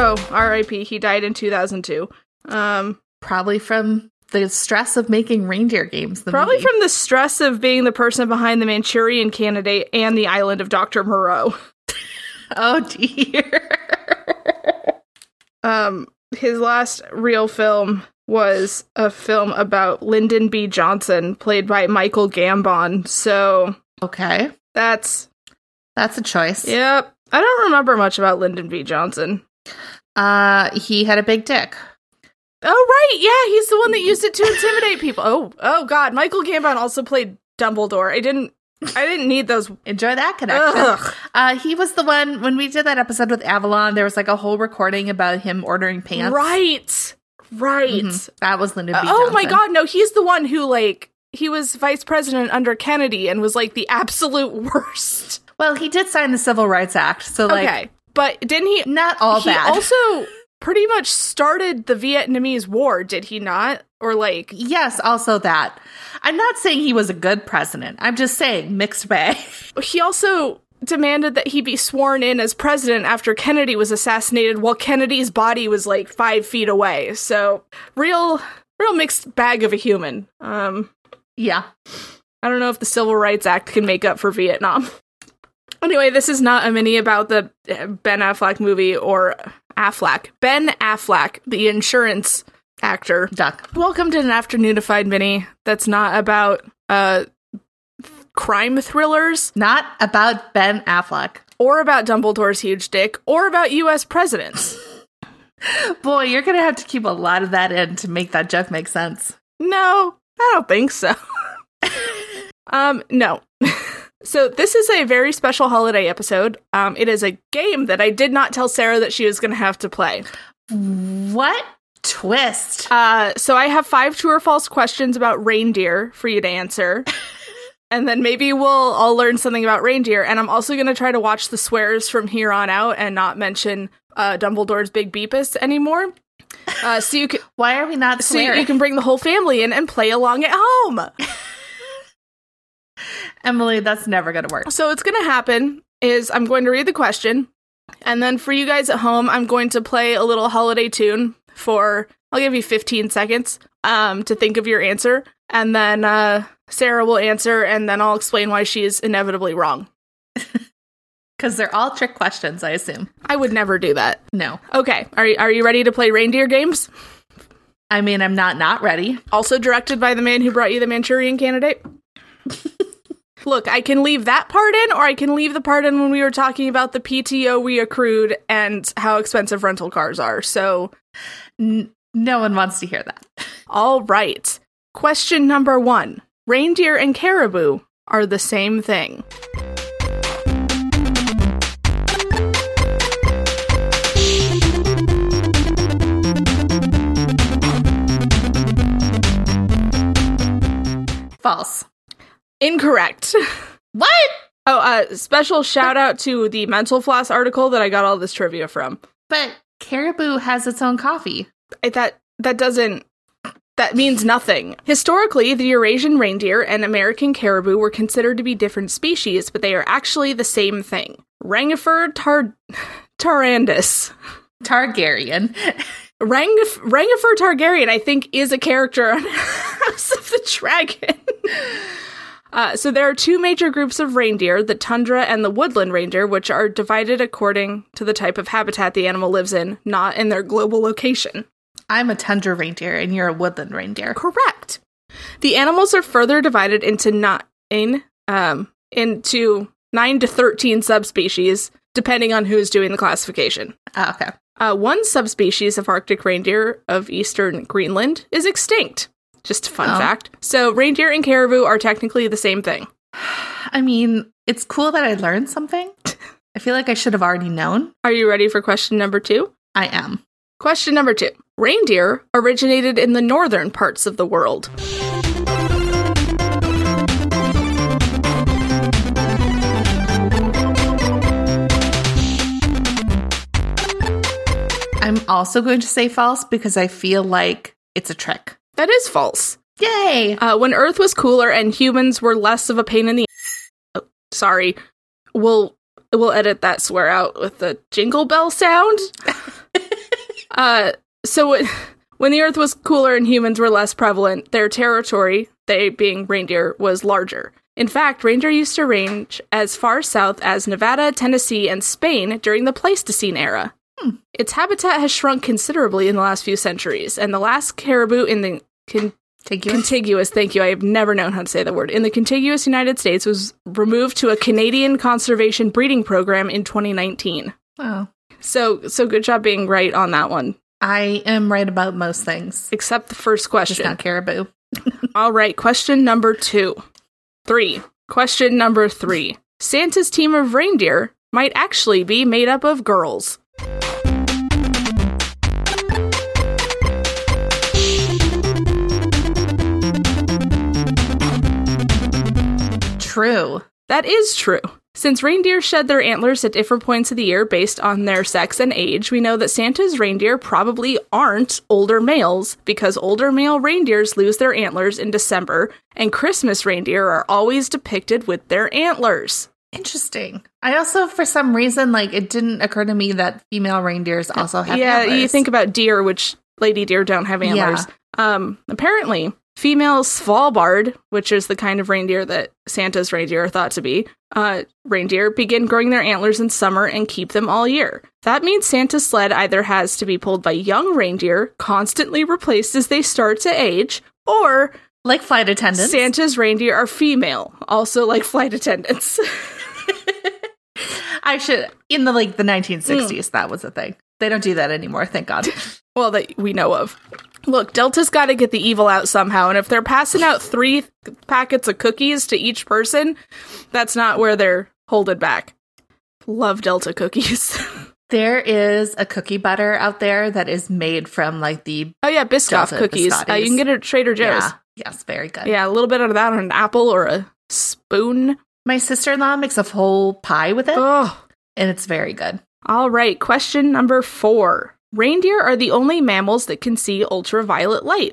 Oh, R.I.P. He died in 2002. Um, Probably from the stress of making reindeer games. The probably movie. from the stress of being the person behind the Manchurian Candidate and the island of Dr. Moreau. oh dear. Um, his last real film was a film about Lyndon B. Johnson, played by Michael Gambon. So okay, that's that's a choice. yep. I don't remember much about Lyndon B. Johnson. Uh, he had a big dick. Oh right, yeah, he's the one Mm-hmm. that used it to intimidate people. Oh, oh God, Michael Gambon also played Dumbledore. I didn't, I didn't need those. Enjoy that connection. Ugh. Uh, he was the one when we did that episode with Avalon. There was like a whole recording about him ordering pants. Right, right. Mhm. That was Lyndon B. Uh, oh my Johnson. God, no, he's the one who like he was vice president under Kennedy and was like the absolute worst. Well, he did sign the Civil Rights Act, so like okay, but didn't he? not all he bad. also pretty much started the Vietnamese War, did he not? Or like, yes, also that. I'm not saying he was a good president. I'm just saying mixed bag. he also demanded that he be sworn in as president after Kennedy was assassinated while Kennedy's body was like five feet away. So real real mixed bag of a human. Um yeah. I don't know if the Civil Rights Act can make up for Vietnam. Anyway, this is not a mini about the uh, Ben Affleck movie or Affleck. Ben Affleck, the insurance actor. Duck. Welcome to an afternoonified mini that's not about uh crime thrillers Not about Ben Affleck. or about Dumbledore's huge dick, or about US presidents. Boy, you're gonna have to keep a lot of that in to make that joke make sense. no, I don't think so. um, no. so this is a very special holiday episode. Um, it is a game that I did not tell Sarah that she was going to have to play. What twist? Uh, so I have five true or false questions about reindeer for you to answer. And then maybe we'll all learn something about reindeer. And I'm also going to try to watch the swears from here on out and not mention uh, Dumbledore's Big Beepus anymore. Uh, so you can, Why are we not so you- swearing? you can bring the whole family in and play along at home. Emily, that's never gonna work. So what's going to happen is I'm going to read the question, and then for you guys at home, I'm going to play a little holiday tune for I'll give you 15 seconds um, to think of your answer, and then uh, Sarah will answer, and then I'll explain why she is inevitably wrong. Because they're all trick questions, I assume. I would never do that. No. Okay, are you, are you ready to play reindeer games? I mean, I'm not not ready. Also directed by the man who brought you the Manchurian Candidate. Look, I can leave that part in, or I can leave the part in when we were talking about the PTO we accrued and how expensive rental cars are. So, N- no one wants to hear that. all right. Question number one Reindeer and caribou are the same thing. False. Incorrect. What? Oh, uh, special shout out to the Mental Floss article that I got all this trivia from. But caribou has its own coffee. I, that that doesn't that means nothing. Historically, the Eurasian reindeer and American caribou were considered to be different species, but they are actually the same thing. Rangifer tar Tarandus. Targaryen. Rangif- Rangifer Targaryen, I think, is a character on House of the Dragon. Uh, so there are two major groups of reindeer, the tundra and the woodland reindeer, which are divided according to the type of habitat the animal lives in, not in their global location. I'm a tundra reindeer and you're a woodland reindeer. Correct. The animals are further divided into nine, um, into nine to thirteen subspecies, depending on who's doing the classification. Oh, okay. Uh, one subspecies of Arctic reindeer of eastern Greenland is extinct. Just a fun Oh. fact. So reindeer and caribou are technically the same thing. I mean, it's cool that I learned something. I feel like I should have already known. Are you ready for question number two? I am. Question number two. Reindeer originated in the northern parts of the world. I'm also going to say false because I feel like it's a trick. That is false. Yay! Uh, when Earth was cooler and humans were less of a pain in the. Oh, sorry, we'll we'll edit that swear out with the jingle bell sound. Uh, so it, when the Earth was cooler and humans were less prevalent, their territory, they being reindeer, was larger. In fact, reindeer used to range as far south as Nevada, Tennessee, and Spain during the Pleistocene era. Its habitat has shrunk considerably in the last few centuries, and the last caribou in the con- Thank you. contiguous, thank you, I have never known how to say that word, in the contiguous United States was removed to a Canadian conservation breeding program in 2019. Well, So, so good job being right on that one, I am right about most things. except the first Just question. not caribou. All right, question number two. Three. Question number three. Santa's team of reindeer might actually be made up of girls. True. That is true. Since reindeer shed their antlers at different points of the year based on their sex and age, we know that Santa's reindeer probably aren't older males because older male reindeers lose their antlers in December, and Christmas reindeer are always depicted with their antlers. Interesting. I also, for some reason, like it didn't occur to me that female reindeers also have. yeah, antlers. you think about deer, which lady deer don't have antlers. Um, apparently, female Svalbard, which is the kind of reindeer that Santa's reindeer are thought to be, uh, reindeer begin growing their antlers in summer and keep them all year. That means Santa's sled either has to be pulled by young reindeer, constantly replaced as they start to age, or like flight attendants. Santa's reindeer are female, also like flight attendants. I should in the like the 1960s Mm. that was a thing. They don't do that anymore, thank God. Well, that we know of. Look, Delta's got to get the evil out somehow, and if they're passing out three packets of cookies to each person, that's not where they're holding back. Love Delta cookies. there is a cookie butter out there that is made from like the oh yeah, Biscoff Delta cookies. Uh, you biscottis. can get it at Trader Joe's. yeah, yes, very good. Yeah. a little bit of that on an apple or a spoon. My sister-in-law makes a whole pie with it, Oh, and it's very good. all right. Question number four: Reindeer are the only mammals that can see ultraviolet light.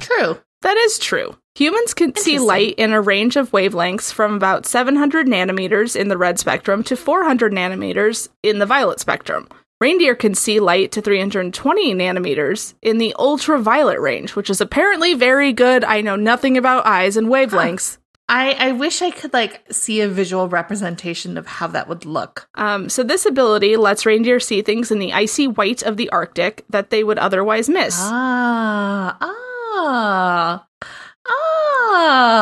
True. That is true. Humans can see Interesting. light in a range of wavelengths from about 700 nanometers in the red spectrum to 400 nanometers in the violet spectrum. Reindeer can see light to 320 nanometers in the ultraviolet range, which is apparently very good. I know nothing about eyes and wavelengths. I I wish I could like see a visual representation of how that would look. Um, so, this ability lets reindeer see things in the icy white of the Arctic that they would otherwise miss. Ah, ah,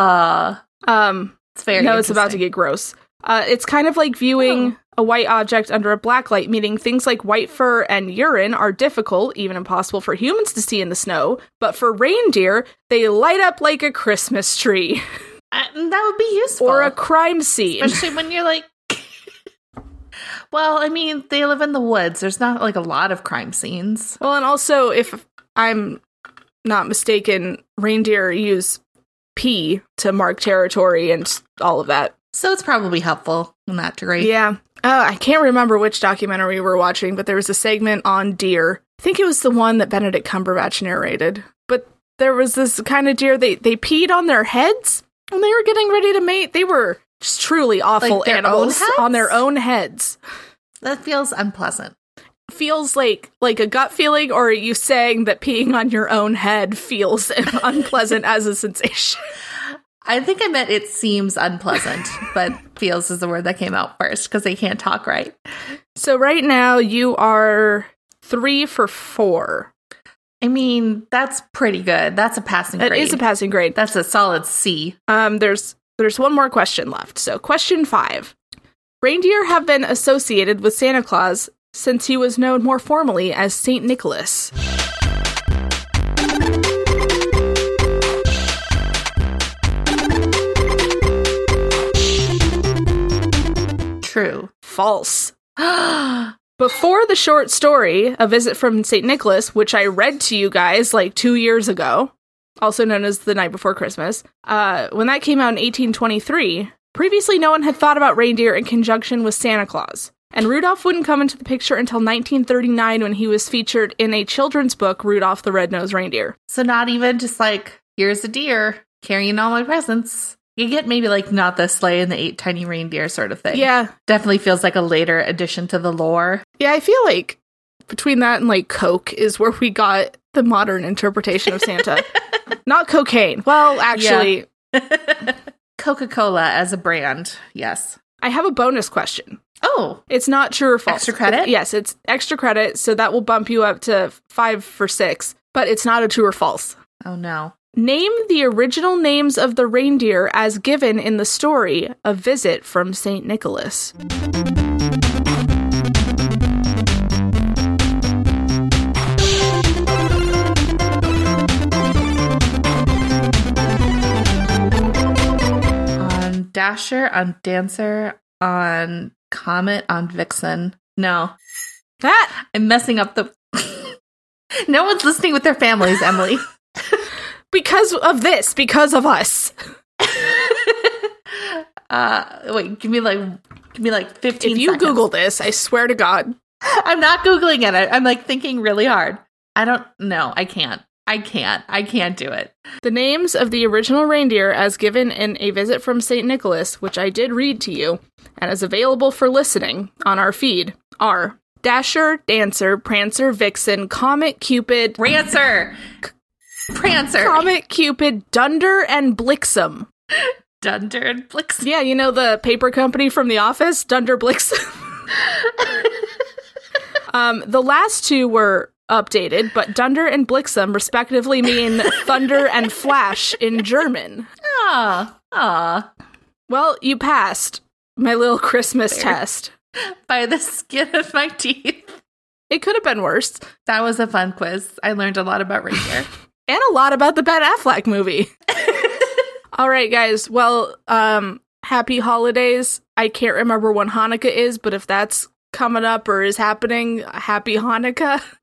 ah. Um, It's very. no, it's about to interesting. Oh. get gross. Uh, it's kind of like viewing a white object under a black light, meaning things like white fur and urine are difficult, even impossible for humans to see in the snow. But for reindeer, they light up like a Christmas tree I- Uh, that would be useful or a crime scene. Oh. especially when you're like. well, I mean, they live in the woods. There's not like a lot of crime scenes. Well, and also, if I'm not mistaken, reindeer use pee to mark territory and all of that. So it's probably helpful in that degree. Yeah. Uh, I can't remember which documentary we were watching, but there was a segment on deer. I think it was the one that Benedict Cumberbatch narrated. But there was this kind of deer they they peed on their heads when they were getting ready to mate. They were just truly awful Like their own animals heads? on their own heads. That feels unpleasant. Feels like like a gut feeling, or are you saying that peeing on your own head feels unpleasant as a sensation? I think I meant it seems unpleasant, but feels is the word that came out first because they can't talk right. So right now you are three for four. I mean, that's pretty good. That's a passing That grade. is a passing grade. that's a solid C. Um, there's there's one more question left. So question five: Reindeer have been associated with Santa Claus since he was known more formally as Saint Nicholas. True. False. oh, Before the short story, A Visit from St. Nicholas, which I read to you guys like two years ago, also known as The Night Before Christmas, uh, when that came out in 1823, previously no one had thought about reindeer in conjunction with Santa Claus. And Rudolph wouldn't come into the picture until 1939 when he was featured in a children's book, Rudolph the Red-Nosed Reindeer. so not even just like here's a deer carrying all my presents. You get maybe like not the sleigh and the eight tiny reindeer sort of thing. Yeah. Definitely feels like a later addition to the lore. Yeah, I feel like between that and like Coke is where we got the modern interpretation of Santa. Not cocaine. Well, actually, Coca Cola as a brand. Yes. I have a bonus question. Oh, It's not true or false. Extra credit? yes, it's extra credit, so that will bump you up to five for six, but it's not a true or false. oh no. Name the original names of the reindeer as given in the story A Visit from St. Nicholas. On Dasher, on Dancer, on Comet, on Vixen. No, That I'm messing up the. no one's listening with their families, Emily. because of this, because of us. uh, wait, give me like, give me like 15. If you seconds. Google this, I swear to God, I'm not googling it. I, I'm like thinking really hard. I don't. No, I can't. I can't. I can't do it. The names of the original reindeer, as given in A Visit from St. Nicholas, which I did read to you and is available for listening on our feed, are Dasher, Dancer, Prancer, Vixen, Comet, Cupid, Prancer, Prancer, Comet, Cupid, Dunder, and Blixum. Dunder and Blixen. Yeah, you know the paper company from The Office, Dunder Blixum. um, the last two were updated, but Dunder and Blixum respectively mean thunder and flash in German. Ah, ah, Well, you passed my little Christmas test. by the skin of my teeth. It could have been worse. That was a fun quiz. I learned a lot about reindeer. And a lot about the Ben Affleck movie. All right, guys. Well, um, happy holidays. I can't remember when Hanukkah is, but if that's coming up or is happening, happy Hanukkah.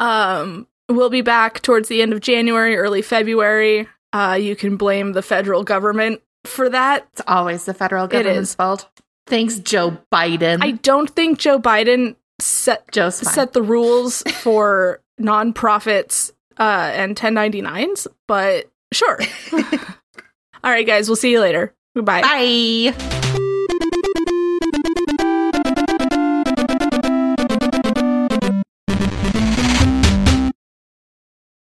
Um, we'll be back towards the end of January, early February. Uh, you can blame the federal government for that. it's always the federal government's is. fault. Thanks, Joe Biden. I don't think Joe Biden set Joe's fine. set the rules for nonprofits uh, and 1099s, but sure. All right, guys, we'll see you later. Goodbye. Bye.